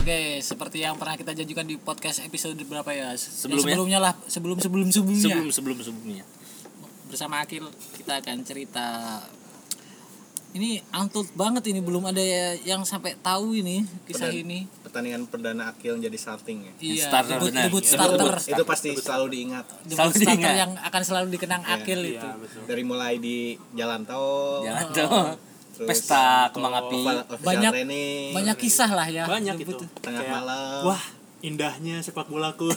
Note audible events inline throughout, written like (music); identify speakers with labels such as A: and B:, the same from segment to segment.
A: Oke, seperti yang pernah kita janjikan di podcast episode berapa ya? Se-
B: Sebelumnya.
A: sebelumnya lah, sebelum sebelum sebelumnya.
B: sebelum sebelum sebelumnya
A: Bersama Akil kita akan cerita. Ini antut banget ini belum ada ya- yang sampai tahu ini kisah
C: Benar.
A: ini.
C: pertandingan perdana Akil jadi starting ya.
A: Iya,
B: starter
A: debut,
B: benar.
A: debut
B: Iya.
A: starter.
C: Itu pasti selalu diingat
A: Debut
B: Selalu
A: starter
B: diingat.
A: yang akan selalu dikenang Akil itu.
C: dari mulai di jalan tol,
A: Oh.
B: jangan tuh
C: Terus
B: Ya, pesta kembang api
C: oval- official
A: Banyak-
C: training,
A: Banyak kisah lah ya.
D: banyak
A: debut
D: itu
A: tuh.
C: tengah
D: Kayak,
C: malam.
D: gitu. wah indahnya sepak
B: (laughs)
D: bolaku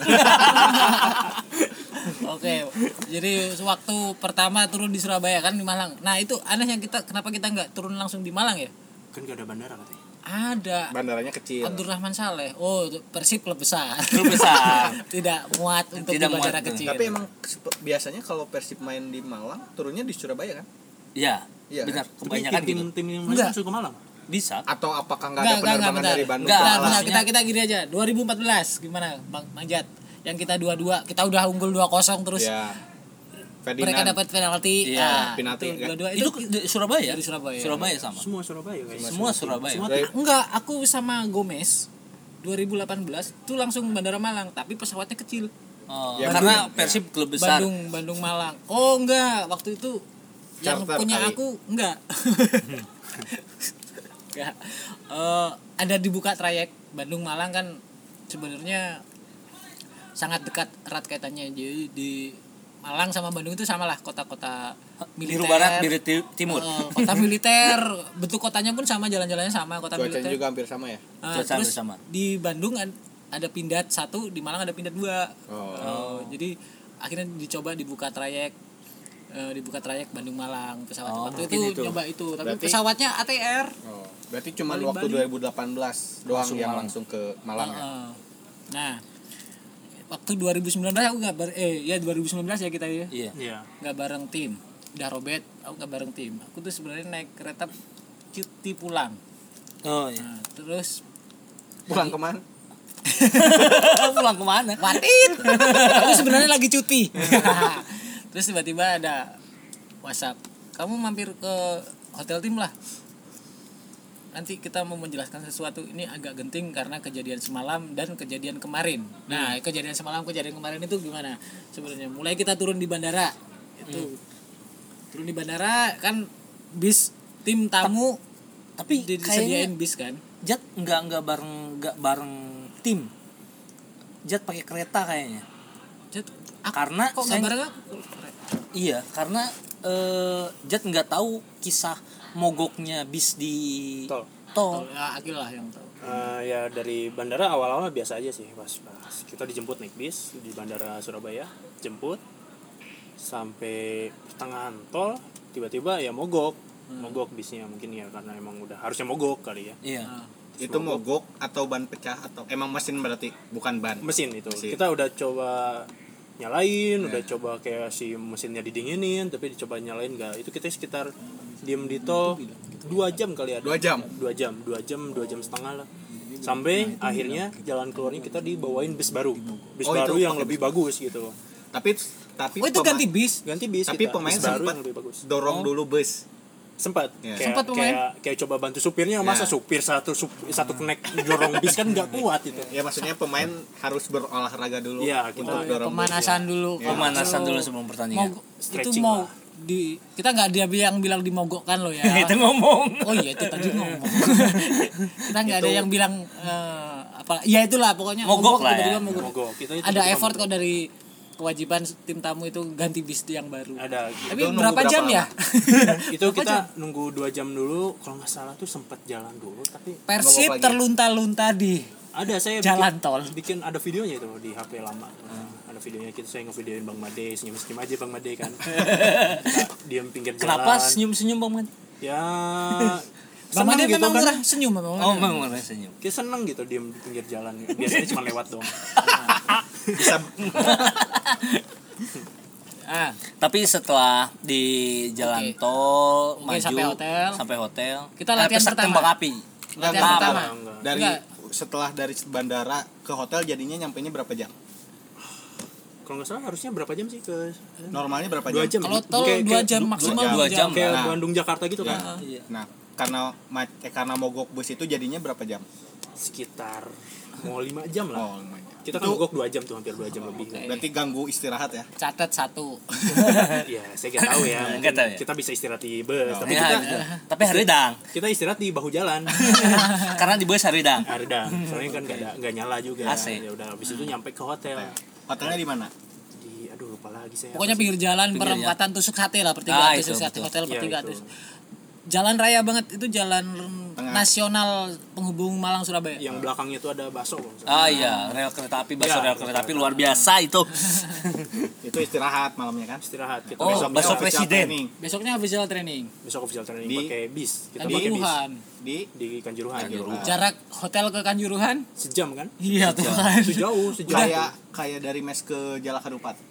A: Oke, jadi waktu pertama turun di Surabaya kan di Malang. Nah itu anehnya kita kenapa kita nggak turun langsung di Malang ya?
D: kan gak ada bandara katanya
A: Ada
C: bandaranya kecil.
A: Abdurrahman Saleh. Oh itu Persib klub besar.
B: Klub besar.
A: (laughs) Tidak muat untuk
B: Tidak
A: di bandara
B: muat.
A: kecil.
C: Tapi emang sepe- biasanya kalau Persib main di Malang, turunnya di Surabaya kan?
B: ya
C: Iya.
B: benar
D: tapi
B: kebanyakan
D: tim
B: gitu
D: tim yang
A: Enggak.
D: langsung ke Malang
B: bisa
C: Atau apakah
A: Enggak,
C: nggak
A: enggak,
C: ada
A: enggak,
C: penerbangan
A: bentar.
C: dari Bandung
B: Enggak,
C: ke
A: Bentar,
C: Malang?
A: bentar, kita kita gini aja. 2014 gimana Bang Manjat? Yang kita dua-dua, kita udah unggul 2-0 terus
C: Ya.
A: mereka
C: Ferdinand
A: dapat penalti.
B: Iya,
A: Nah,
C: penalti,
A: itu
C: kan?
A: Dua-dua itu,
B: itu ke- di Surabaya
A: Dari Surabaya.
B: sama
D: semua Surabaya kayaknya
B: semua Surabaya
D: Semua
C: Dari-
A: enggak, aku sama Gomez 2018 tuh langsung Bandara Malang, tapi pesawatnya kecil.
B: Oh,
C: Ya,
B: karena
C: Bandung.
B: Persib klub besar
A: Iya. Bandung, Bandung Malang. Oh enggak, waktu itu yang
C: Charter
A: punya
C: kali.
A: aku
B: (laughs)
A: enggak. enggak. Eh, ada dibuka trayek Bandung Malang kan sebenarnya sangat dekat erat kaitannya jadi di Malang sama Bandung itu samalah kota-kota militer.
B: biru barat biru ti- timur
A: Eh, kota militer, bentuk kotanya pun sama, jalan-jalannya sama, kota
C: cuacanya
A: militer.
C: juga hampir sama ya.
A: Ah,
B: Cuaca
A: terus
B: hampir sama.
A: di Bandung ad- ada pindad satu, di Malang ada pindad dua.
C: Oh.
A: Eh, jadi akhirnya dicoba dibuka trayek eh, dibuka trayek Bandung Malang pesawat
B: Oh,
A: waktu
B: mungkin
A: itu,
B: itu.
A: nyoba itu tapi
C: Berarti-
A: pesawatnya ATR
C: Oh. Berarti cuma
A: Bali- Bali.
C: waktu
A: Ah,
C: 2018 doang
B: Langsung
C: yang
B: Malang.
C: langsung ke Malang ya.
A: Heeh. nah waktu 2019 aku nggak bar- eh ya 2019 ya kita ya
B: iya
D: Iya.
A: nggak bareng tim udah robet aku nggak bareng tim aku tuh sebenarnya naik kereta cuti pulang
B: oh iya.
A: nah, terus
C: Pulang kemana?
B: pulang kemana
A: (laughs) Watit. Aku sebenarnya lagi cuti. (laughs) Terus tiba-tiba ada WhatsApp. Kamu mampir ke hotel tim lah. Nanti kita mau menjelaskan sesuatu ini agak genting karena kejadian semalam dan kejadian kemarin. Nah, kejadian semalam kejadian kemarin itu gimana? Sebenarnya mulai kita turun di bandara itu turun di bandara kan bis tim tamu
B: tapi
A: di-
B: kayaknya
A: disediain bis kan?
B: Jat nggak nggak bareng nggak bareng tim Jat pakai kereta kayaknya
A: Cet, aku-
B: karena
A: Ah, kok
B: saya-
A: gambarnya
B: Iya, karena eh, Jat nggak tahu kisah mogoknya bis di
D: Tol.
A: Oh,
B: tol.
A: ya, Akil lah yang tahu.
D: Eh, ya dari bandara awal-awal biasa aja sih pas, pas kita dijemput naik bis di bandara Surabaya jemput sampai pertengahan tol tiba-tiba ya mogok
B: Hmm.
D: mogok bisnya mungkin ya karena emang udah harusnya mogok kali ya
B: Iya.
A: Ah.
C: Itu mogok atau ban pecah atau emang mesin berarti bukan ban.
D: mesin itu
C: Mesin. Nah.
D: kita udah coba nyalain udah coba kayak si mesinnya didinginin tapi dicoba nyalain nggak itu kita sekitar diem di tol dua jam kali ya
C: Dua jam.
D: dua jam dua jam dua jam setengah lah sampai akhirnya jalan keluarnya kita dibawain bis baru bis
C: Oh, itu
D: baru yang
C: pakai
D: lebih bagus gitu
C: Tapi tapi
A: Oh, itu
C: pema-
A: ganti bis.
D: ganti bis
C: Tapi
D: kita,
C: pemain
D: bis baru
C: sempat
D: yang lebih bagus Oh.
C: dorong dulu bus.
D: sempat
C: Iya.
D: kayak,
A: Sempat pemain.
D: kayak kayak coba bantu supirnya masa
C: Ya.
D: supir satu sup- satu kenek dorong bis kan nggak kuat itu
C: Ya maksudnya pemain harus berolahraga dulu
D: Iya, kita-
C: untuk dorong bus.
A: pemanasan dulu
C: Iya.
B: Pemanasan
A: Kalau
B: dulu sebelum pertandingan.
A: mogok- itu
D: Stretching
A: mau
D: lah.
A: di kita nggak dia yang bilang dimogokkan lo ya
B: (laughs) Itu ngomong.
A: oh iya itu tadi
B: (laughs)
A: ngomong kita nggak ada
C: Itu-
A: yang bilang eh, apa ya itulah pokoknya
B: Mogok lah
A: tiba-tiba
B: ya.
A: mogok.
D: mogok kita itu
A: ada
D: cuma
A: effort kok dari kewajiban tim tamu itu ganti bis yang baru
D: ada
A: tapi
C: Itu nunggu
A: berapa
C: berapa
A: jam ya (laughs)
D: itu kita nunggu dua jam dulu kalau nggak salah tuh sempat jalan dulu tapi
A: Persib
C: lagi.
A: terlunta-lunta di
D: ada saya
A: Jalan
D: bikin,
A: tol.
D: bikin ada videonya itu di HP lama ada videonya gitu saya ngevideoin Bang Made senyum senyum aja Bang Made
A: (laughs)
D: kan Nah, diam pinggir jalan
B: Kenapa senyum-senyum Bang Man?
D: ya
A: sama
D: seneng
A: dia
D: gitu
A: memang
D: kan
A: murah senyum memang
B: Oh, Bang Man senyum.
D: kita seneng gitu diam di pinggir jalan biasanya cuma lewat dong
C: Bisa
A: ah
B: Tapi setelah di jalan
A: Oke.
B: tol
A: Oke,
B: maju
A: sampai hotel.
B: sampai hotel, eh,
A: Kita latihan
B: pesak
A: pertama.
B: tembak api.
A: latihan
B: Enggak,
A: pertama
D: enggak, enggak.
C: dari
A: Enggak.
C: setelah dari bandara ke hotel jadinya nyampainya berapa jam?
D: kalau nggak salah harusnya berapa jam sih ke
C: Normalnya berapa jam?
D: Dua jam.
A: Kalau tol
D: Kayak-
A: dua
D: kayak
A: jam
D: dua-
A: maksimal
C: jam.
A: dua
B: Dua
A: jam.
B: jam.
D: kayak
C: Nah.
D: Bandung Jakarta gitu kan
A: Nah.
B: Iya.
C: Nah, karena ma- eh, karena mogok bus itu jadinya berapa jam?
D: sekitar mau lima jam lah
C: Oh, lumayan.
D: kita kan mogok dua jam tuh hampir dua jam lebih kan.
C: Berarti ganggu istirahat ya.
A: Catat satu.
D: Iya, saya nggak tahu ya. Mungkin
B: Nggak tahu ya.
D: Kita bisa istirahat di bus, tapi
B: Ya,
D: kita
B: betul. tapi hari
A: (laughs)
B: dang
D: kita istirahat di bahu jalan.
B: karena di bus hari dang
D: Ada, soalnya kan nggak ada- nggak nyala juga.
B: AC.
D: Ya udah, habis itu nyampe ke hotel.
C: Hotelnya di mana?
D: Di, aduh lupa lagi saya.
A: Pokoknya pinggir jalan
B: Pinggir
A: perempatan tusuk sate lah pertigaan
B: Ah, itu,
A: tusuk sate
B: betul.
A: hotel
D: Iya,
A: pertigaan
D: itu.
A: tusuk. Jalan raya banget itu jalan
C: Tengah.
A: nasional penghubung Malang Surabaya.
D: yang belakangnya itu ada bakso. kalau nggak salah.
B: ah iya rel kereta api bakso
D: Ya,
B: rel kereta api luar biasa
A: (laughs)
B: itu
C: Itu istirahat malamnya kan?
D: Istirahat kita
B: Oh,
D: besok
B: bakso
C: official
B: presiden.
C: training
A: Besoknya official training.
D: besok official training
C: Di-
D: pakai bis. Kita
A: Di
D: pakai bis
A: Wuhan.
C: di
D: di Kanjuruhan.
C: Kanjuruhan.
A: Jarak hotel ke Kanjuruhan?
D: Sejam kan?
A: Iya tuh kan.
D: Itu jauh, sejauh
C: kayak kayak dari mes ke Jala Kadupat.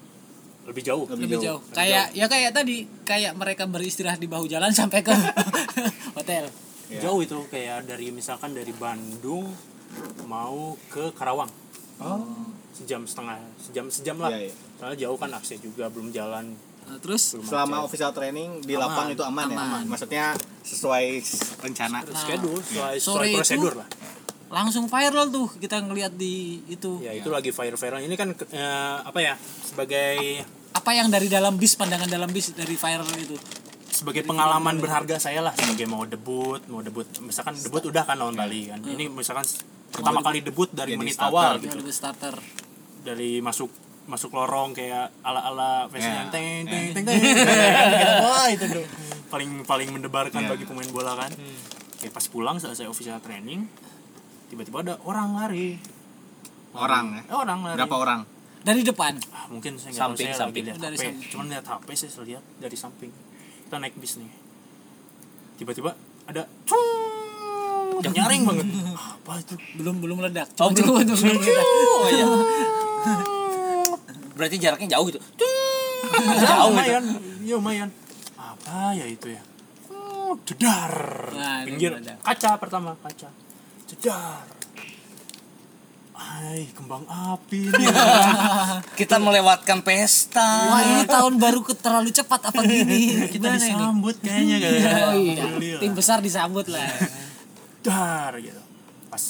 D: lebih jauh.
A: Lebih jauh. Kayak ya kayak tadi kayak mereka beristirahat di bahu jalan (laughs) sampai ke hotel.
C: Iya.
D: Jauh itu kayak dari misalkan dari Bandung mau ke Karawang.
C: Oh.
D: Sejam setengah, sejam sejam lah.
C: Iya, iya.
D: Soalnya jauh kan aksesnya juga belum jalan.
A: Nah, Terus
D: Belum
C: Selama
D: macet.
C: official training di
D: Aman.
C: lapang itu aman,
A: Aman.
C: ya. Maksudnya sesuai s- rencana.
A: Nah,
D: schedule sesuai,
A: sore
D: sesuai
A: itu-
D: prosedur lah.
A: langsung viral tuh kita ngelihat di itu.
D: Ya itu lagi fire fire ini kan ke- eh, apa ya sebagai
A: Apa yang dari dalam bis pandangan dalam bis dari viral itu?
D: sebagai pengalaman berharga saya lah sebagai mau debut mau debut misalkan debut udah kan
A: Ya.
D: lawan Bali kan ini
A: Hmm.
D: misalkan s- pertama kali debut dari
C: Jadi
D: menit
C: starter
D: awal
A: Yang
D: gitu
A: lebih starter.
D: dari masuk masuk lorong kayak ala ala
C: Ya.
D: fashion teng
C: Ya.
D: teng teng
C: (laughs)
D: teng teng. wah itu tuh paling paling mendebarkan
C: Ya. Hmm.
D: bagi pemain bola kan kayak pas pulang saat saya official training tiba-tiba ada orang lari
C: Orang ya.
D: eh, orang lari
C: Berapa orang?
A: Dari depan.
D: Ah, mungkin saya nggak tahu
B: Samping,
D: saya
B: samping.
D: lagi lihat
A: Dari
D: HP
A: samping.
D: cuman lihat HP saya saya lihat dari samping kita naik bis nih tiba-tiba ada cung udah nyaring
B: (laughs)
D: banget apa itu
A: Belum belum meledak.
B: Oh,
A: Belum-
B: belum.
A: belum (laughs) meledak.
B: oh iya (laughs)
D: (laughs)
B: berarti jaraknya jauh gitu. itu
D: ya,
A: gitu.
B: jauh itu
D: lumayan ya lumayan apa ya itu ya Hmm, jedar
A: Nah, ini
D: pinggir
A: meledak.
D: kaca pertama kaca jedar Hai, kembang
A: (laughs)
D: api nih.
B: kita melewatkan pesta
A: Wah ini tahun baru ke terlalu cepat apa gini?
D: Kita
A: Gimana ini?
D: disambut kayaknya kayaknya.
A: Oh, iya.
D: Alhamdulillah.
A: (laughs) Tim besar disambut lah.
D: dar gitu pas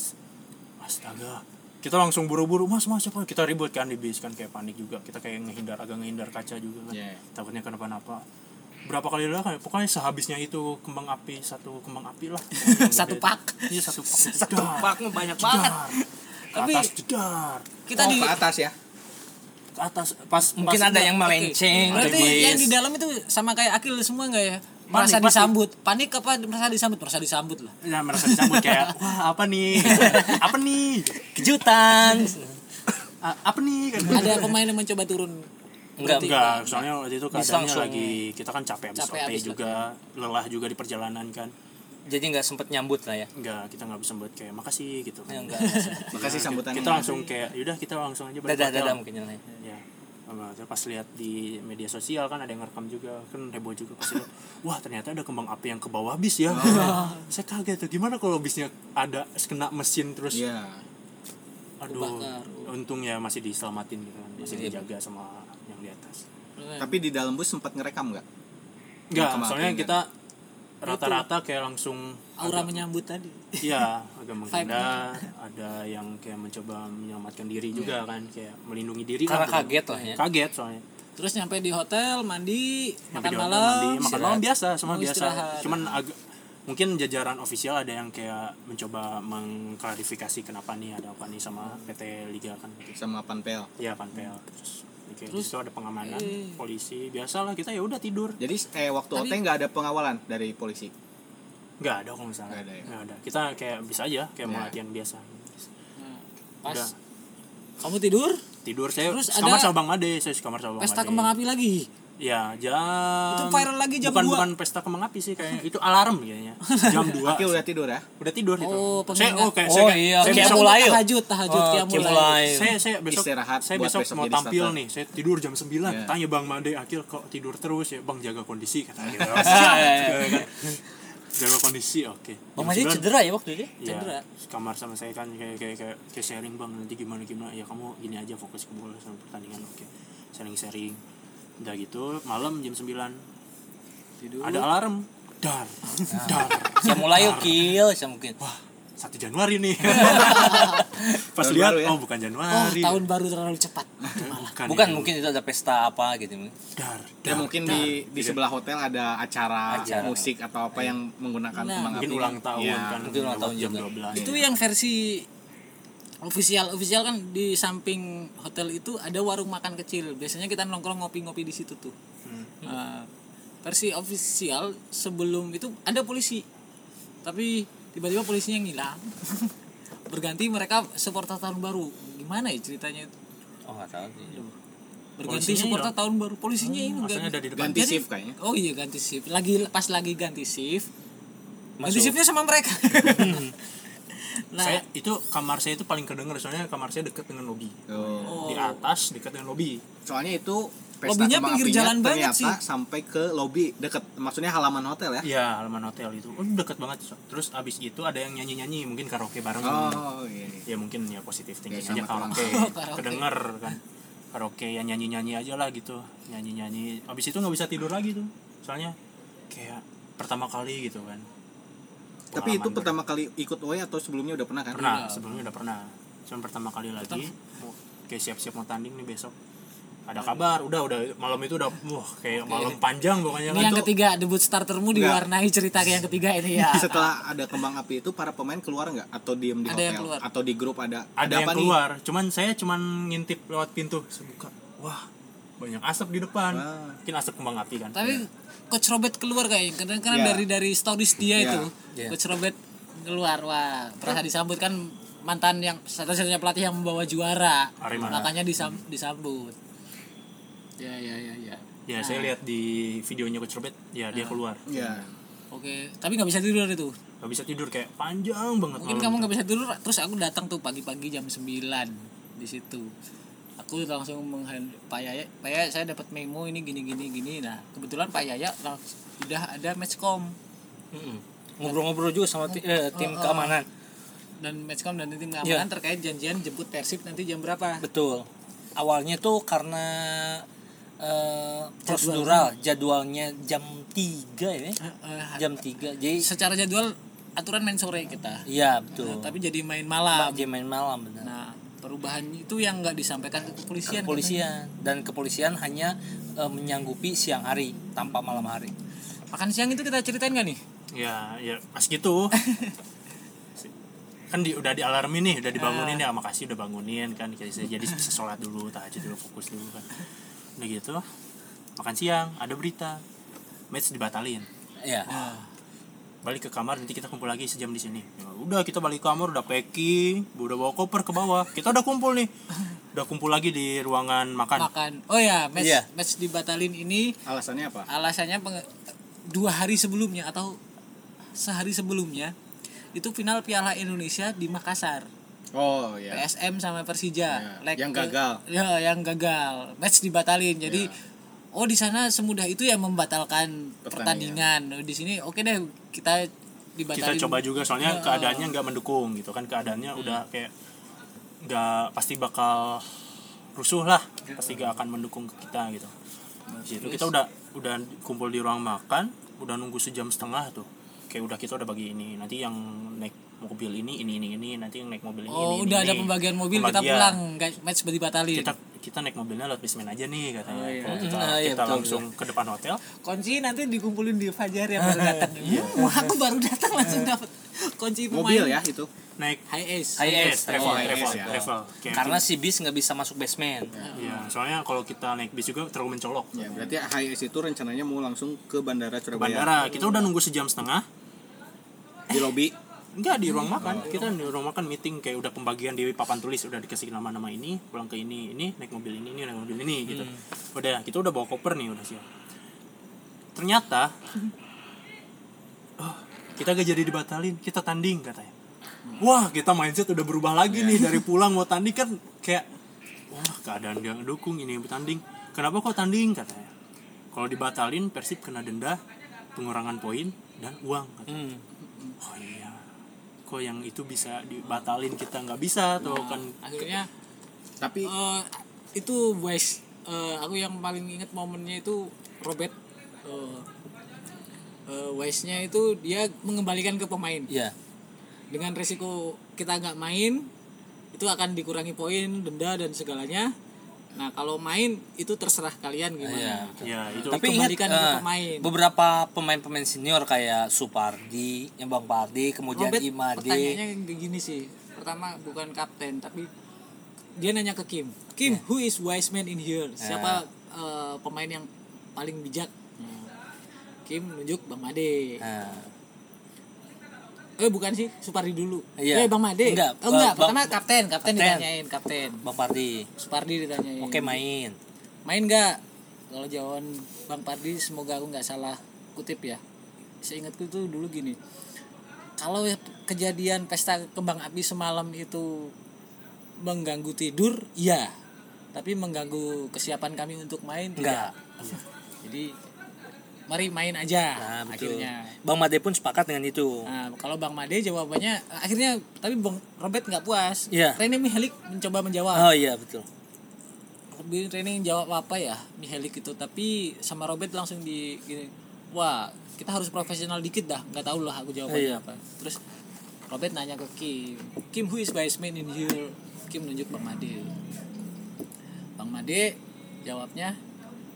D: astaga kita langsung buru-buru mas mas siapa kita ribut kan di bis kan kayak panik juga kita kayak ngehindar agak ngehindar kaca juga kan
C: Iya.
D: takutnya kenapa-napa berapa kali lah kan pokoknya sehabisnya itu kembang api satu kembang
B: (laughs)
D: api lah
A: Satu pak.
D: iya satu pak
B: satu
D: Jedar,
B: pak banyak banget
D: jedar. ke
A: Tapi-
D: atas jedar
A: Kita
C: oh,
A: di
C: ke atas ya.
D: ke atas pas
B: mungkin
D: pas-
B: ada yang melenceng
A: Berarti
B: di bis.
A: yang di dalam itu sama kayak akil semua nggak ya? Merasa
D: pasti.
A: disambut. Panik apa merasa disambut? Merasa disambut lah.
D: nah, merasa disambut kayak wah apa
B: (laughs)
D: nih apa nih
B: kejutan
D: A- apa nih kan
A: Ada pemain yang mencoba turun.
B: Enggak,
A: Berarti-
D: Enggak, soalnya waktu itu keadaannya
B: langsung-
D: lagi kita kan capek habis
A: Capek
D: OT
A: habis
D: juga, lelah juga di perjalanan kan.
B: jadi nggak sempet nyambut lah ya
D: Enggak, kita nggak bisa buat kayak makasih gitu kan.
B: Ya, enggak
A: (laughs)
C: Makasih sambutannya.
D: Kita langsung kayak yaudah kita langsung aja balik
B: dadah
D: hotel."
B: dadah mungkin nyalain.
D: Ya. Sama- terus pas lihat di media sosial kan ada yang ngerekam juga kan heboh juga pas lihat wah ternyata ada kembang api yang ke bawah bis ya
B: Ah.
D: saya kaget tuh gimana kalau bisnya ada kena mesin terus
C: Iya.
D: aduh
A: Kebakar.
D: untung ya masih diselamatin gitu kan masih
B: Iya.
D: dijaga sama yang di atas
C: Tapi di dalam bus sempat ngerekam nggak?
D: Enggak,
C: Kemarin
D: soalnya
C: kan.
D: kita rata-rata kayak langsung
A: Aura menyambut tadi.
D: Iya, agak menghindar, ada yang kayak mencoba menyelamatkan diri juga kan, kayak melindungi diri
B: karena
D: lah, gitu.
B: kaget lah ya
D: Kaget soalnya.
A: Terus nyampe di hotel, mandi,
D: Nyampe
A: makan
D: di hotel,
A: malam.
D: mandi, makan malam biasa, sama
A: Mau
D: biasa.
A: istirahat.
D: Cuman agak mungkin jajaran ofisial ada yang kayak mencoba mengklarifikasi kenapa nih ada apa nih sama PT Liga kan gitu.
C: Sama Panpel.
D: Iya, Panpel. Terus kayak gitu ada pengamanan, polisi, biasalah kita ya udah tidur.
C: Jadi eh waktu OT nggak ada pengawalan dari polisi.
D: Nggak ada kalau misalnya.
C: Nggak ada ya?
D: Nggak ada. Kita kayak bisa aja kayak
C: Ya.
D: mau latihan biasa.
A: Nah, Pas
D: Udah.
A: kamu tidur,
D: Tidur saya
A: Terus
D: kamar
A: ada-
D: sama Bang Ade, saya kamar sama Bang
A: pesta
D: Ade.
A: kembang api lagi.
D: Ya, jam
A: Itu viral lagi jam
D: bukan,
A: dua.
D: Bukan pesta kembang api sih kayaknya. Itu alarm kayaknya. Jam
A: (laughs)
D: 2.
C: Oke udah tidur ya.
D: udah tidur itu.
A: Oh,
D: saya
A: pengingat.
D: oh, kayak,
B: Oh,
D: saya, kayak-
B: iya.
D: saya
B: Kayak
D: besok,
B: mulai. mulai.
A: Tahajud, tahajud,
B: Oh,
A: kayak
B: kayak
A: mulai.
B: mulai.
D: saya saya besok
C: Istirahat
D: saya
C: buat
D: besok,
C: besok
D: mau
C: jadi
D: tampil
C: starter.
D: nih. Saya tidur jam 9.
C: Iya.
D: Tanya Bang Made Akil kok tidur terus ya, Bang jaga kondisi kata
C: (laughs)
D: dia.
A: Iya,
D: (laughs) jaga kondisi, oke.
B: Bang
D: Jam
B: Madi
D: 9,
B: cedera ya waktu itu
D: Ya,
A: cedera.
D: kamar sama saya kan kayak kayak kayak, kayak sharing bang nanti gimana gimana ya kamu gini aja fokus ke bola sama pertandingan oke sharing-sharing udah gitu malam jam 9
A: tidur
D: ada alarm dar dar
B: Saya mulai yuk kill, saya mungkin.
D: wah satu Januari nih pas
C: Tahun
D: lihat
C: baru ya?
D: oh bukan
B: Oh,
D: Januari
B: tahun baru terlalu cepat.
D: bukan,
B: Bukan
A: iya.
D: ini.
B: mungkin itu ada pesta apa gitu.
D: dar,
C: Ya
D: dar,
C: mungkin
D: dar.
C: di di
D: Tidak.
C: sebelah hotel ada acara,
B: Acara.
C: musik atau apa yang menggunakan
A: Nah,
C: kembang api.
D: Iya. mungkin ulang tahun
C: Iya.
D: kan
B: mungkin ulang tahun
D: jam
B: juga.
D: 12
A: itu yang versi official official kan di samping hotel itu ada warung makan kecil biasanya kita nongkrong ngopi-ngopi di situ tuh
B: Hmm.
A: Eh, versi official sebelum itu ada polisi tapi tiba-tiba polisinya ngilang (laughs) berganti mereka supporter tahun baru gimana ya ceritanya itu
B: Oh, enggak tahu sih.
A: berganti
D: Polisinya Hmm,
A: supporter tahun baru polisinya ini
D: maksudnya
A: ganti-
D: ada di depan
C: Ganti
A: Jadi-
C: shift kayaknya.
A: oh iya ganti shift lagi pas lagi ganti shift ganti
B: Masuk.
A: shiftnya sama
B: (laughs)
A: mereka (laughs) nah
D: saya itu kamar saya itu paling kedenger soalnya kamar saya dekat dengan lobi
C: Tuh.
A: oh.
D: di atas dekat dengan lobi
C: Soalnya itu
A: Lobinya
C: kembang
A: pinggir
C: apinya
A: jalan banget
C: ternyata sampai ke lobi deket, maksudnya halaman hotel ya.
D: Iya, halaman hotel itu. Oh, dekat banget. so. Terus abis itu ada yang nyanyi-nyanyi, mungkin karaoke bareng.
C: Oh iya.
D: Ya mungkin ya positif thinking
C: Ya, sama
D: aja (laughs) karaoke.
A: tukang karaoke.
D: Kedenger kan. Karaoke ya nyanyi-nyanyi aja lah gitu. Nyanyi-nyanyi. Abis itu nggak bisa tidur lagi tuh. Soalnya kayak pertama kali gitu kan.
C: Tapi itu
D: Pengalaman
C: pertama kali ikut OE atau sebelumnya udah pernah kan?
D: pernah sebelumnya udah pernah cuman pertama kali lagi mau kayak siap-siap mau tanding nih besok ada kabar udah udah malam itu udah wah kayak malam panjang
A: Ini
D: pokoknya kan
A: yang
D: tuh
A: ketiga debut startermu
C: Enggak.
A: diwarnai cerita yang ketiga ini
D: (laughs)
A: ya.
C: Setelah ada kembang api itu para pemain keluar nggak atau diem
A: Ada
C: di hotel
A: yang keluar.
C: atau di grup ada
D: ada yang
C: apa nih?
D: keluar cuman saya cuman ngintip lewat pintu saya buka wah banyak asap di depan
C: Wah.
D: mungkin asap kembang api kan
A: Tapi Coach Robert keluar kayaknya karena karena
D: Iya.
C: Ya.
A: dari dari stories dia
C: Ya.
A: itu
B: Ya.
A: Coach Robert keluar wah pernah disambut kan mantan yang satu-satunya pelatih yang membawa juara
D: Arema.
A: makanya disam, disambut. Ya ya ya ya.
D: ya saya lihat di videonya coach Robert ya
A: Ah.
D: dia keluar
C: Iya.
A: Oke tapi nggak bisa tidur itu.
D: nggak bisa tidur kayak panjang banget
A: Mungkin kamu
D: malam
A: nggak bisa tidur terus aku datang tuh pagi-pagi jam 9 di situ. Aku langsung menghan Pak Yaya, Pak Yaya saya dapat memo ini gini gini gini. Nah, kebetulan Pak Yaya langs- udah ada matchcom
B: Mm-mm. Ngobrol-ngobrol juga sama ti- eh, tim
A: Oh, oh.
B: keamanan.
A: dan matchcom dan tim keamanan
B: Iya.
A: terkait janjian jemput Persib nanti jam berapa.
B: Betul. Awalnya tuh karena eh, prosedural jadwalnya jam 3 ya.
A: Eh,
B: Jam 3. Jadi
A: secara jadwal aturan main sore kita.
B: iya
A: Nah,
B: betul.
A: tapi jadi main malam.
B: Dia main malam benar.
A: Nah, perubahan itu yang nggak disampaikan ke kepolisian.
B: kepolisian dan kepolisian hanya eh, menyanggupi siang hari tanpa malam hari.
A: katanya. Makan siang itu kita ceritain gak nih?
D: ya ya pas
A: (laughs)
D: gitu kan di, udah di alarmin nih udah dibangunin
A: Ah.
D: ya makasih udah bangunin kan jadi saya jadi bisa sholat dulu tahajud dulu fokus dulu kan udah gitu makan siang ada berita match dibatalin
B: Ya.
D: balik ke kamar nanti kita kumpul lagi sejam di sini Ya udah kita balik ke kamar udah packing udah bawa koper ke bawah kita udah kumpul nih udah kumpul lagi di ruangan makan
A: Makan. Oh ya, match
B: Iya.
A: match dibatalin ini
C: Alasannya apa?
A: alasannya peng- dua hari sebelumnya atau sehari sebelumnya itu final Piala Indonesia di Makassar
C: Oh iya.
A: PSM sama Persija
C: Ya,
A: Leg
C: yang
A: ke-
C: gagal. Ya.
A: ya yang gagal match dibatalin jadi oh di sana semudah itu ya membatalkan pertandingan, Oh,
C: Pertandingan.
A: di sini oke deh kita
D: kita
A: dibatalin
D: coba juga
A: Ya.
D: soalnya keadaannya nggak mendukung gitu kan keadaannya
A: Hmm.
D: udah kayak nggak pasti bakal rusuh lah pasti gak akan mendukung ke kita gitu di situ kita udah udah kumpul di ruang makan udah nunggu sejam setengah tuh kayak udah kita udah bagi ini nanti yang naik mobil ini ini ini ini nanti yang naik mobil ini
A: oh
D: ini, ini,
A: udah ada
D: ini.
A: pembagian mobil kita
D: Pembagian.
A: pulang guys match dibatalin
D: kita kita naik mobilnya lewat basement aja nih
A: Iya.
D: katanya
A: Oh, iya.
D: Kalau kita,
B: Ah, iya,
D: kita
B: betul,
D: langsung ke depan hotel
A: kunci nanti dikumpulin di Fajar
C: (laughs)
A: yang baru datang wah aku baru datang langsung dapat kunci pemain
C: Iya. Mobil ya itu.
D: naik
A: high ace
B: High S,
D: travel
C: Oh, high S
D: travel
C: ya.
D: travel Kayak-
B: Karena si bis nggak bisa masuk basement.
D: Iya, soalnya kalau kita naik bis juga terlalu mencolok
C: Ya, berarti HIS itu rencananya mau langsung ke bandara
D: Ke
C: Surabaya.
D: bandara kita udah nunggu sejam setengah
C: Di lobi.
D: Enggak di ruang makan. Kita di ruang makan meeting kayak udah pembagian di papan tulis udah dikasih nama-nama ini, pulang ke ini, ini naik mobil ini, ini naik mobil ini gitu. Udah, kita udah bawa koper nih udah siap. Ternyata oh, kita gak jadi dibatalin, kita tanding katanya. Wah, kita mindset udah berubah
B: Iya.
D: lagi nih
B: (laughs)
D: dari pulang mau tanding kan kayak wah keadaan dia ngedukung ini yang bertanding. Kenapa kok tanding katanya? Kalau dibatalin Persib kena denda, pengurangan poin dan uang katanya.
B: Hmm.
D: Oh iya. Kok yang itu bisa
B: Iya.
D: dibatalin kita nggak bisa tuh kan.
A: akhirnya
C: Tapi
A: eh, itu boys eh, aku yang paling inget momennya itu Robert eh eh, Wise-nya itu dia mengembalikan ke pemain
B: Iya.
A: dengan resiko kita nggak main itu akan dikurangi poin denda dan segalanya nah kalau main itu terserah kalian
B: Iya.
A: gimana
D: ya itu
B: Tapi ingat
A: Dikembalikan ke
B: eh,
A: pemain.
B: beberapa pemain-pemain senior kayak Supardi, yang Bang Pardi, kemudian
A: Robert
B: Imade.
A: pertanyaannya gini sih pertama bukan kapten tapi dia nanya ke Kim Kim
B: Ya.
A: who is wise man in here siapa eh, pemain yang paling bijak
B: Hmm.
A: Kim nunjuk Bang Made
B: Nah,
A: eh bukan sih Supardi dulu eh
B: Iya.
A: Bang Made
B: Enggak,
A: oh enggak
B: eh, Bang-
A: pertama kapten kapten
B: Kapten.
A: ditanyain kapten
B: Bang Pardi.
A: Supardi ditanyain
B: Oke main.
A: main nggak kalau jawaban bang Pardi semoga aku nggak salah kutip ya seingatku tuh dulu gini kalau kejadian pesta kembang api semalam itu mengganggu tidur iya tapi mengganggu kesiapan kami untuk main
B: Enggak.
A: tidak jadi mari main aja
B: Nah, betul.
A: akhirnya
B: Bang Made pun sepakat dengan itu.
A: Nah, kalau Bang Made jawabannya akhirnya tapi Bang Robert nggak puas.
B: Iya.
A: Rene Mihalik mencoba menjawab.
B: Oh iya betul.
A: Robin Rene jawab apa ya Mihalik itu tapi sama Robert langsung di gini, wah kita harus profesional dikit dah nggak tahu lah aku jawabannya
B: Iya.
A: apa terus Robert nanya ke Kim Kim who is best man in here Kim nunjuk Bang Made Bang Made jawabnya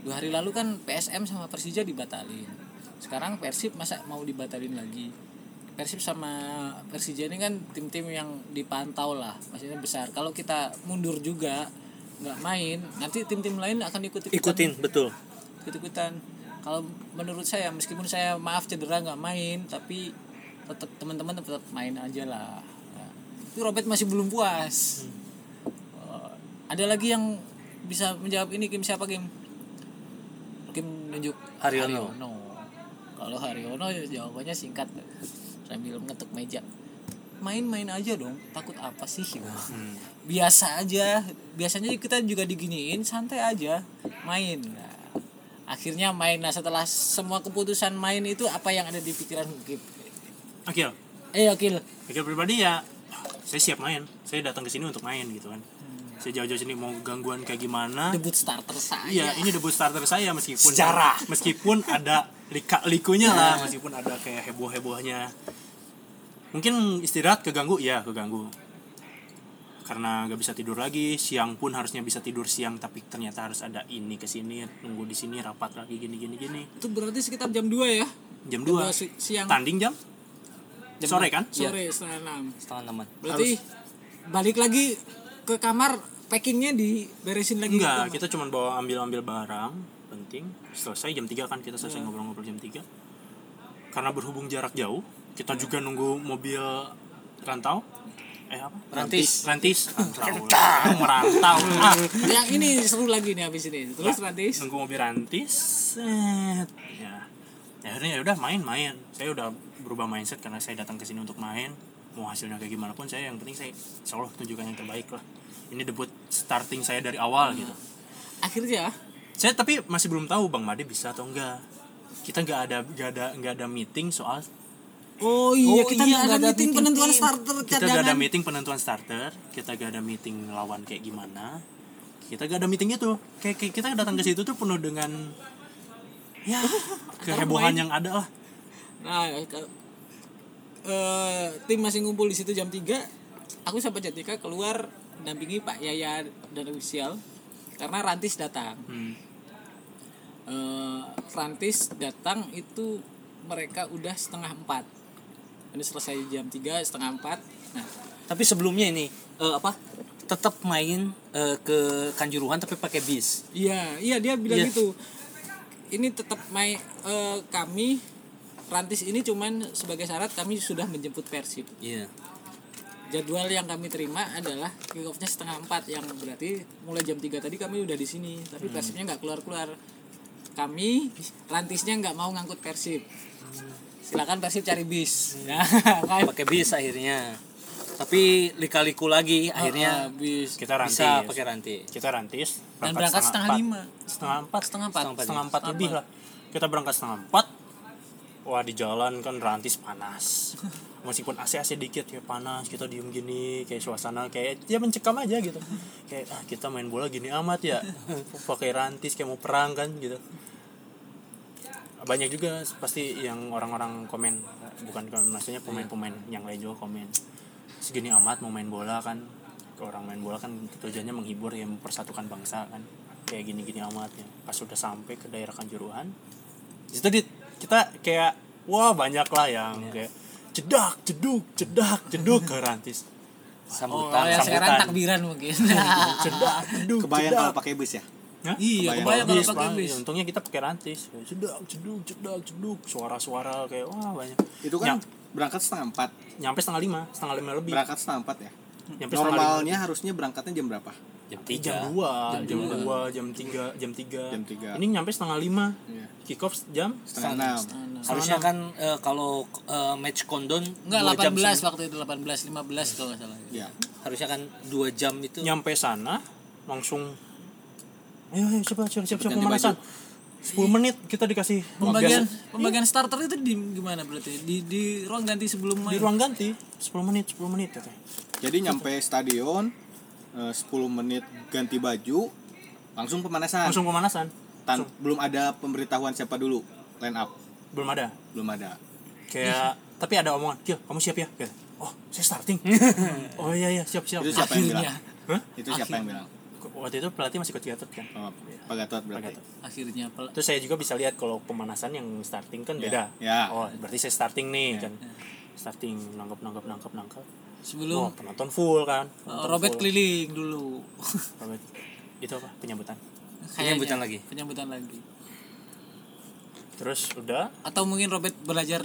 A: dua hari lalu kan PSM sama Persija dibatalin sekarang Persib masa mau dibatalin lagi Persib sama Persija ini kan tim-tim yang dipantau lah maksudnya besar kalau kita mundur juga nggak main nanti tim-tim lain akan ikut
B: Ikutin betul.
A: ikut-ikutan kalau menurut saya meskipun saya maaf cedera nggak main tapi tetap teman-teman tetap main aja lah Nah, itu Robert masih belum puas Eh, ada lagi yang bisa menjawab ini Kim siapa Kim Kim nunjuk
B: Haryono.
A: kalau Haryono jawabannya singkat sambil mengetuk meja main-main aja dong takut apa sih
D: Hmm.
A: biasa aja biasanya kita juga diginiin santai aja main Nah, akhirnya main nah setelah semua keputusan main itu apa yang ada di pikiran Gip
D: Akil
A: eh Akil
D: Akil pribadi ya saya siap main saya datang ke sini untuk main gitu kan saya jauh-jauh sini mau gangguan kayak gimana
A: debut starter saya
D: Iya, ini debut starter saya meskipun
B: Sejarah.
D: meskipun ada lika-likunya lah,
A: Iya.
D: meskipun ada kayak heboh-hebohnya. Mungkin istirahat keganggu, ya keganggu. Karena gak bisa tidur lagi, siang pun harusnya bisa tidur siang, tapi ternyata harus ada ini ke sini, nunggu di sini rapat lagi gini gini gini.
A: itu berarti sekitar jam 2 ya
D: Jam
A: dua
D: 2
A: si- siang Iya.
D: tanding jam? Sore kan?
A: sore setengah enam
B: Setengah teman.
A: berarti balik lagi ke kamar packingnya diberesin lagi gitu?
D: Enggak, kita cuma bawa ambil-ambil barang penting. Selesai jam 3 kan kita selesai ngobrol-ngobrol jam 3. Karena berhubung jarak jauh, kita juga nunggu mobil rantau. Eh apa?
B: Rantis.
D: Rantis. Rantau. Merantau. Ah,
A: yang Nah, ini seru lagi nih habis ini terus Rantis
D: nunggu mobil rantis. set. Ya. Ya, Akhirnya ya udah main-main. Saya udah berubah mindset karena saya datang ke sini untuk main. Mau hasilnya kayak gimana pun saya yang penting saya insya Allah tunjukkan yang terbaik lah. Ini debut starting saya dari awal gitu.
A: akhirnya
D: saya tapi masih belum tahu bang Made bisa atau enggak kita nggak ada nggak ada nggak ada meeting soal
A: oh iya
B: Oh
A: kita
B: iya,
A: nggak ada
B: nggak ada
A: meeting
B: meeting.
A: penentuan starter
D: kita nggak ada
A: cadangan
D: meeting penentuan starter kita nggak ada meeting lawan kayak gimana kita nggak ada meeting itu kayak, kayak kita datang ke situ tuh penuh dengan (laughs) ya kehebohan yang ada lah
A: Nah, ke- eh, tim masih ngumpul di situ jam 3. Aku sama Jatika keluar dampingi Pak Yaya dan official karena Rantis datang.
D: Hmm.
A: Eh, Rantis datang itu mereka udah setengah empat. Ini selesai jam 3, setengah empat. Nah,
B: Tapi sebelumnya ini eh, apa? Tetap main eh, ke Kanjuruhan tapi pakai bis.
A: Iya, iya dia bilang
B: Iya.
A: gitu. Ini tetap main eh, kami Rantis ini cuman sebagai syarat kami sudah menjemput Persib.
B: Iya.
A: jadwal yang kami terima adalah kick off-nya setengah empat yang berarti mulai jam 3 tadi kami udah di sini tapi persibnya nggak keluar keluar kami rantisnya nggak mau ngangkut persib silakan persib cari bis nah (laughs) kan
B: Pakai bis akhirnya. Tapi lika-liku lagi akhirnya
A: habis
D: kita rantis
B: bisa pakai rantai.
D: kita rantis
A: Ah, dan berangkat setengah
D: empat.
A: lima
D: setengah empat
A: setengah empat
D: setengah empat lebih lah kita berangkat setengah empat wah di jalan kan rantis
A: (laughs)
D: panas meskipun AC AC dikit ya panas kita diem gini kayak suasana kayak ya mencekam aja gitu kayak ah, kita main bola gini amat
A: (laughs)
D: ya pakai rantis kayak mau perang kan gitu banyak juga pasti yang orang-orang komen bukan komen, maksudnya pemain-pemain yang lain juga komen segini amat mau main bola kan Ke orang main bola kan tujuannya menghibur ya mempersatukan bangsa kan kayak gini-gini amat ya pas sudah sampai ke daerah Kanjuruhan di situ Dit, kita kayak wah banyak lah yang kayak cedak ceduk cedak ceduk ke rantis
A: Oh,
B: sambutan
A: kalau yang sekarang
D: sambutan.
A: takbiran mungkin.
D: cedak ceduk
C: Kebayang
D: cedak.
C: kalau pakai bus ya?
D: Hah?
A: iya,
C: Kebayang.
A: kebayang kalau
D: Bis,
A: pakai
D: Bang.
A: bis.
D: Ya, untungnya kita pakai rantis Kayak cedak ceduk cedak ceduk suara-suara kayak wah banyak
C: Itu kan
D: Nyam-
C: berangkat setengah empat.
D: nyampe setengah lima setengah lima lebih
C: Berangkat setengah empat ya.
D: nyampe setengah
C: Normalnya harusnya berangkatnya jam berapa?
B: jam
D: lima. jam
A: Iya.
B: 3
D: dua jam dua jam tiga jam tiga
C: Jam tiga.
D: ini nyampe setengah lima
C: Iya.
D: kick off jam
C: Setengah enam.
B: harusnya kan eh, kalau eh, match kondon
A: Enggak
B: dua jam
A: 18
B: sebelum-
A: waktu itu 18 15 kalau nggak salah.
C: Ya.
B: harusnya kan dua jam itu
D: nyampe sana langsung ayo ayo siapa siapa siapa
C: Ganti
D: pemanasan 10 menit kita dikasih
A: Pembagian pembagian starter itu di gimana berarti? Di di ruang ganti sebelum
D: di
A: main.
D: ruang ganti 10 menit 10 menit katanya
C: Jadi nyampe stadion eh, 10 menit ganti baju langsung pemanasan.
D: langsung pemanasan
C: Tan- belum ada pemberitahuan siapa dulu line up.
D: belum ada
C: Belum ada.
D: kayak tapi ada omongan Gil kamu siap ya Gil oh saya
C: (laughs)
D: starting oh iya iya siap siap
C: Itu siapa
A: Akhirnya.
C: yang bilang?
D: Hah?
C: Itu siapa yang bilang?
D: waktu itu pelatih masih coach Gatot kan
C: Oh, Pak Gatot berarti.
D: Gatot.
A: Akhirnya pel-
D: terus saya juga bisa lihat kalau pemanasan yang starting kan
C: Ya,
D: beda
C: ya.
D: oh berarti saya starting nih kan starting nangkap nangkap nangkap nangkap oh
A: sebelum
D: penonton full kan
A: uh,
C: Oh.
D: Penonton
A: Robert
D: full.
A: keliling dulu.
D: Robert itu apa penyambutan
A: (laughs) Kayaknya.
B: Penyambutan lagi.
A: Penyambutan lagi.
D: terus udah
C: (laughs)
A: Atau mungkin Robert belajar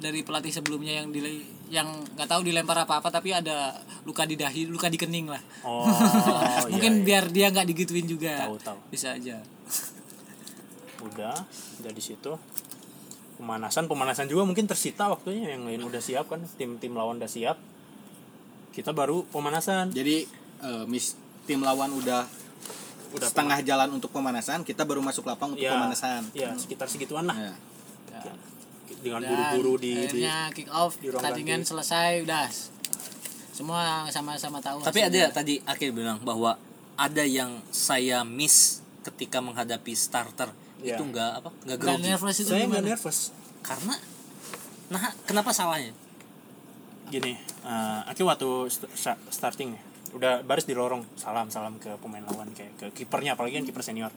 A: dari pelatih sebelumnya yang dile yang nggak tahu dilempar apa-apa tapi ada luka di dahi, luka di kening lah. (laughs)
D: oh iya,
A: mungkin
D: iya.
A: biar dia nggak digituin juga.
D: Tahu, tahu.
A: Bisa aja.
D: udah dari situ pemanasan pemanasan juga mungkin tersita waktunya yang lain udah siap kan tim tim lawan udah siap kita baru pemanasan
C: Jadi eh, mis tim lawan udah
D: Udah
C: setengah jalan untuk pemanasan, kita baru masuk lapang untuk
D: ya
C: pemanasan.
D: ya sekitar segituan lah
C: Ya.
D: dengan
A: Dan
D: buru-buru di, di
A: akhirnya kick off
D: di ruang
A: pertandingan
D: ganti.
A: selesai udah semua sama-sama tahu
B: tapi ada
A: hasilnya.
B: ya, tadi akhir bilang bahwa ada yang saya miss ketika menghadapi starter
D: Iya.
B: itu nggak apa nggak
A: Nggak
B: grogi
A: nervous itu
D: saya nggak
A: gimana?
D: nervous
B: karena nah kenapa salahnya
D: gini eh aku waktu st- sa- starting nih, udah baris di lorong salam salam ke pemain lawan kayak ke kipernya apalagi kan kiper senior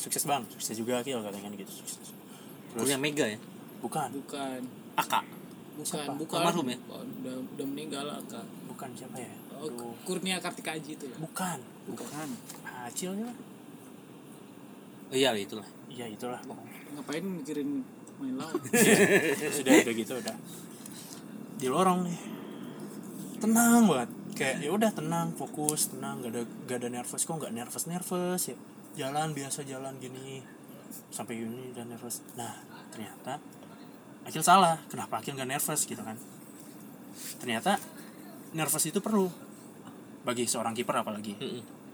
D: sukses bang sukses juga Akil katanya gitu sukses.
B: kurnia mega ya
D: bukan
A: bukan
B: Aka
A: bukan bukan
B: Almarhum ya?
A: Oh, udah, udah meninggal kak
D: bukan siapa ya
A: oh,
D: Aduh.
A: Kurnia Kartika Aji itu ya? lah
D: bukan
C: Bukan.
D: acilnya
B: oh, iya itulah
D: ya itulah
A: ngapain mikirin main lawan
D: sudah udah gitu udah di lorong nih tenang banget kayak ya udah tenang fokus tenang gak ada gak ada nervous kok nggak nervous nervous ya jalan biasa jalan gini sampai ini udah nervous nah ternyata Akil salah kenapa Akil gak nervous gitu kan ternyata nervous itu perlu bagi seorang kiper apalagi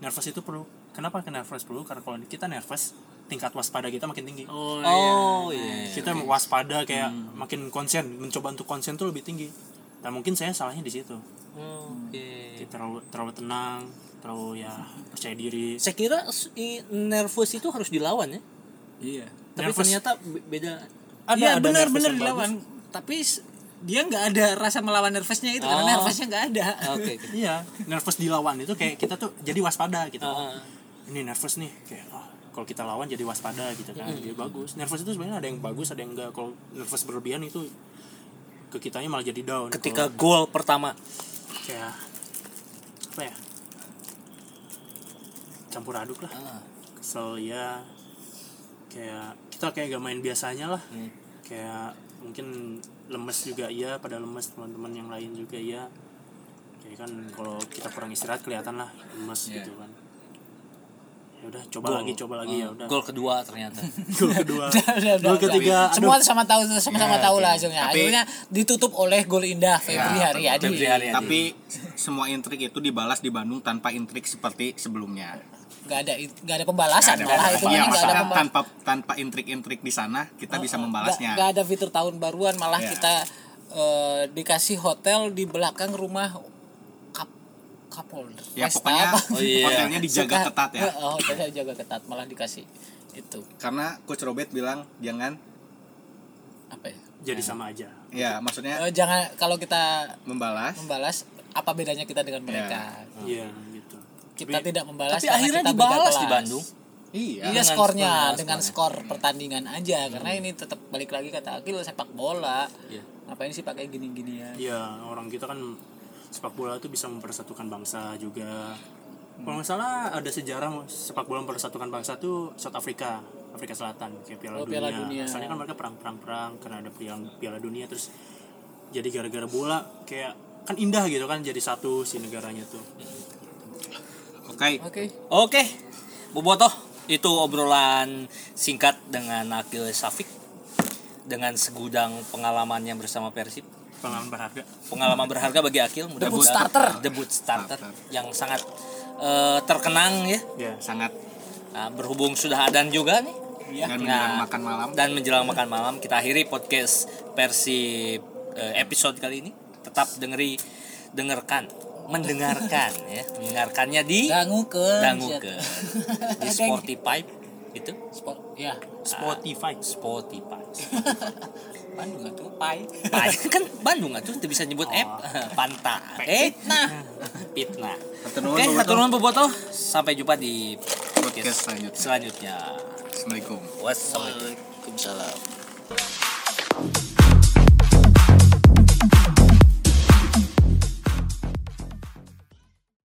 D: nervous itu perlu kenapa nervous perlu karena kalau kita nervous tingkat waspada kita makin tinggi
A: (laughs) oh,
B: oh
A: iya.
B: iya
D: kita waspada kayak
B: Hmm.
D: makin konsen mencoba untuk konsen tuh lebih tinggi nah mungkin saya salahnya di situ
B: oke
D: Kayak terlalu terlalu tenang terlalu ya percaya diri
B: saya kira s- i- nervous itu harus dilawan ya
A: iya
B: tapi
D: Nervous.
B: ternyata be- beda
D: ada
A: iya
D: ada nervous
A: benar-benar
D: yang
A: dilawan tapi s- dia nggak ada rasa melawan nervousnya itu
B: Oh.
A: karena nervousnya nggak ada
B: oke
D: bagus. iya nervous dilawan itu kayak kita tuh jadi waspada gitu
B: Ah.
D: ini nervous nih kayak oh, kalau kita lawan jadi waspada gitu kan
B: Hmm.
D: jadi bagus nervous itu sebenarnya ada yang bagus ada yang enggak kalau nervous berlebihan itu ke kitanya malah jadi down
B: ketika gol pertama
D: Kalau kayak apa ya campur aduk lah kesel ya kayak kita kayak gak main biasanya lah
B: Hmm.
D: kayak mungkin lemes juga iya pada lemes teman-teman yang lain juga iya jadi kan kalau kita kurang istirahat kelihatan lah lemes gitu kan ya udah
B: Iya.
D: coba
B: Gol. Hmm.
D: lagi coba lagi ya udah
B: gol kedua ternyata
D: gol kedua
A: (laughs) Udah, udah,
D: gol
A: udah.
D: ketiga
A: semua
D: aduh,
A: sama tahu sama-sama tahu lah hasilnya
C: Tapi-
A: akhirnya ditutup oleh gol indah Iya, Febri Haryadi
B: Febri Haryadi.
C: Tapi semua intrik itu dibalas di Bandung tanpa intrik seperti sebelumnya.
A: nggak ada nggak ada pembalasan
C: Nggak ada
A: malah itu ini
C: pembalasan. Iya,
A: nggak ada
C: maksudnya
A: pembalasan
C: tanpa tanpa intrik-intrik di sana kita bisa membalasnya.
A: Oh, nggak nggak ada fitur tahun baruan malah
C: Iya.
A: kita eh, dikasih hotel di belakang rumah kap kapolres
C: Ya
A: Pesta
C: pokoknya
A: apa?
B: Oh, iya.
C: (laughs) hotelnya dijaga
A: Suka- Iya.
C: ketat ya.
A: Heeh, hotelnya dijaga ketat malah dikasih itu
C: Karena Coach Robert bilang jangan
A: apa ya
B: (laughs)
D: jadi sama aja
C: ya maksudnya
A: Eh, jangan kalau kita
C: membalas.
A: membalas apa bedanya kita
C: Ya.
A: dengan mereka
D: iya gitu
A: kita tidak membalas
B: tapi
A: karena
B: akhirnya
A: kita beda
B: dibalas di
A: kelas.
B: Bandung.
C: Iya.
A: Iya
B: Dengan Hmm.
A: skornya
B: skornya,
A: dengan
B: skornya.
A: skor pertandingan aja karena ini tetap balik lagi kata Akil sepak bola.
B: Iya.
A: Ngapain sih pakai gini-ginian?
D: ya orang kita kan sepak bola itu bisa mempersatukan bangsa juga kalau nggak salah ada sejarah sepak bola mempersatukan bangsa tuh South Africa Afrika Selatan kayak Piala,
A: Oh, Piala Dunia.
D: Dunia. Asalnya kan mereka perang-perang-perang karena ada Piala Piala Dunia terus jadi gara-gara bola kayak kan indah gitu kan jadi satu si negaranya tuh.
C: Oke.
A: Oke.
B: Oke. Bobotoh, itu obrolan singkat dengan Akil Safik dengan segudang pengalamannya bersama Persib.
D: Pengalaman berharga.
B: Pengalaman berharga bagi Akil mudah-mudahan
A: Debut starter.
B: debut starter
C: Starter.
B: yang sangat eh, terkenang ya.
D: Ya.
C: Sangat
B: Nah, berhubung sudah adan juga nih.
A: Iya.
C: dan menjelang
B: Nah,
C: makan malam.
B: Dan menjelang makan malam kita akhiri podcast versi eh, episode kali ini. Tetap dengeri dengarkan, mendengarkan (laughs) ya, mendengarkannya di
A: Dangu ke.
B: Dangu
A: Zet.
C: (laughs)
B: ke (laughs) di Ah. Spotify itu
A: Spot. Ya.
D: Spotify.
B: Spotify.
A: (laughs) Bandung nggak tuh pai.
B: Pan- kan Bandung tuh bisa nyebut app (laughs) Panta. Eh, nah. Fitnah.
C: Hatur nuhun,
B: Oke,
C: Bobotoh.
B: hatur nuhun bobotoh. Sampai jumpa di
C: Podcast selanjutnya.
B: selanjutnya.
C: Assalamualaikum.
B: Wassalamualaikum.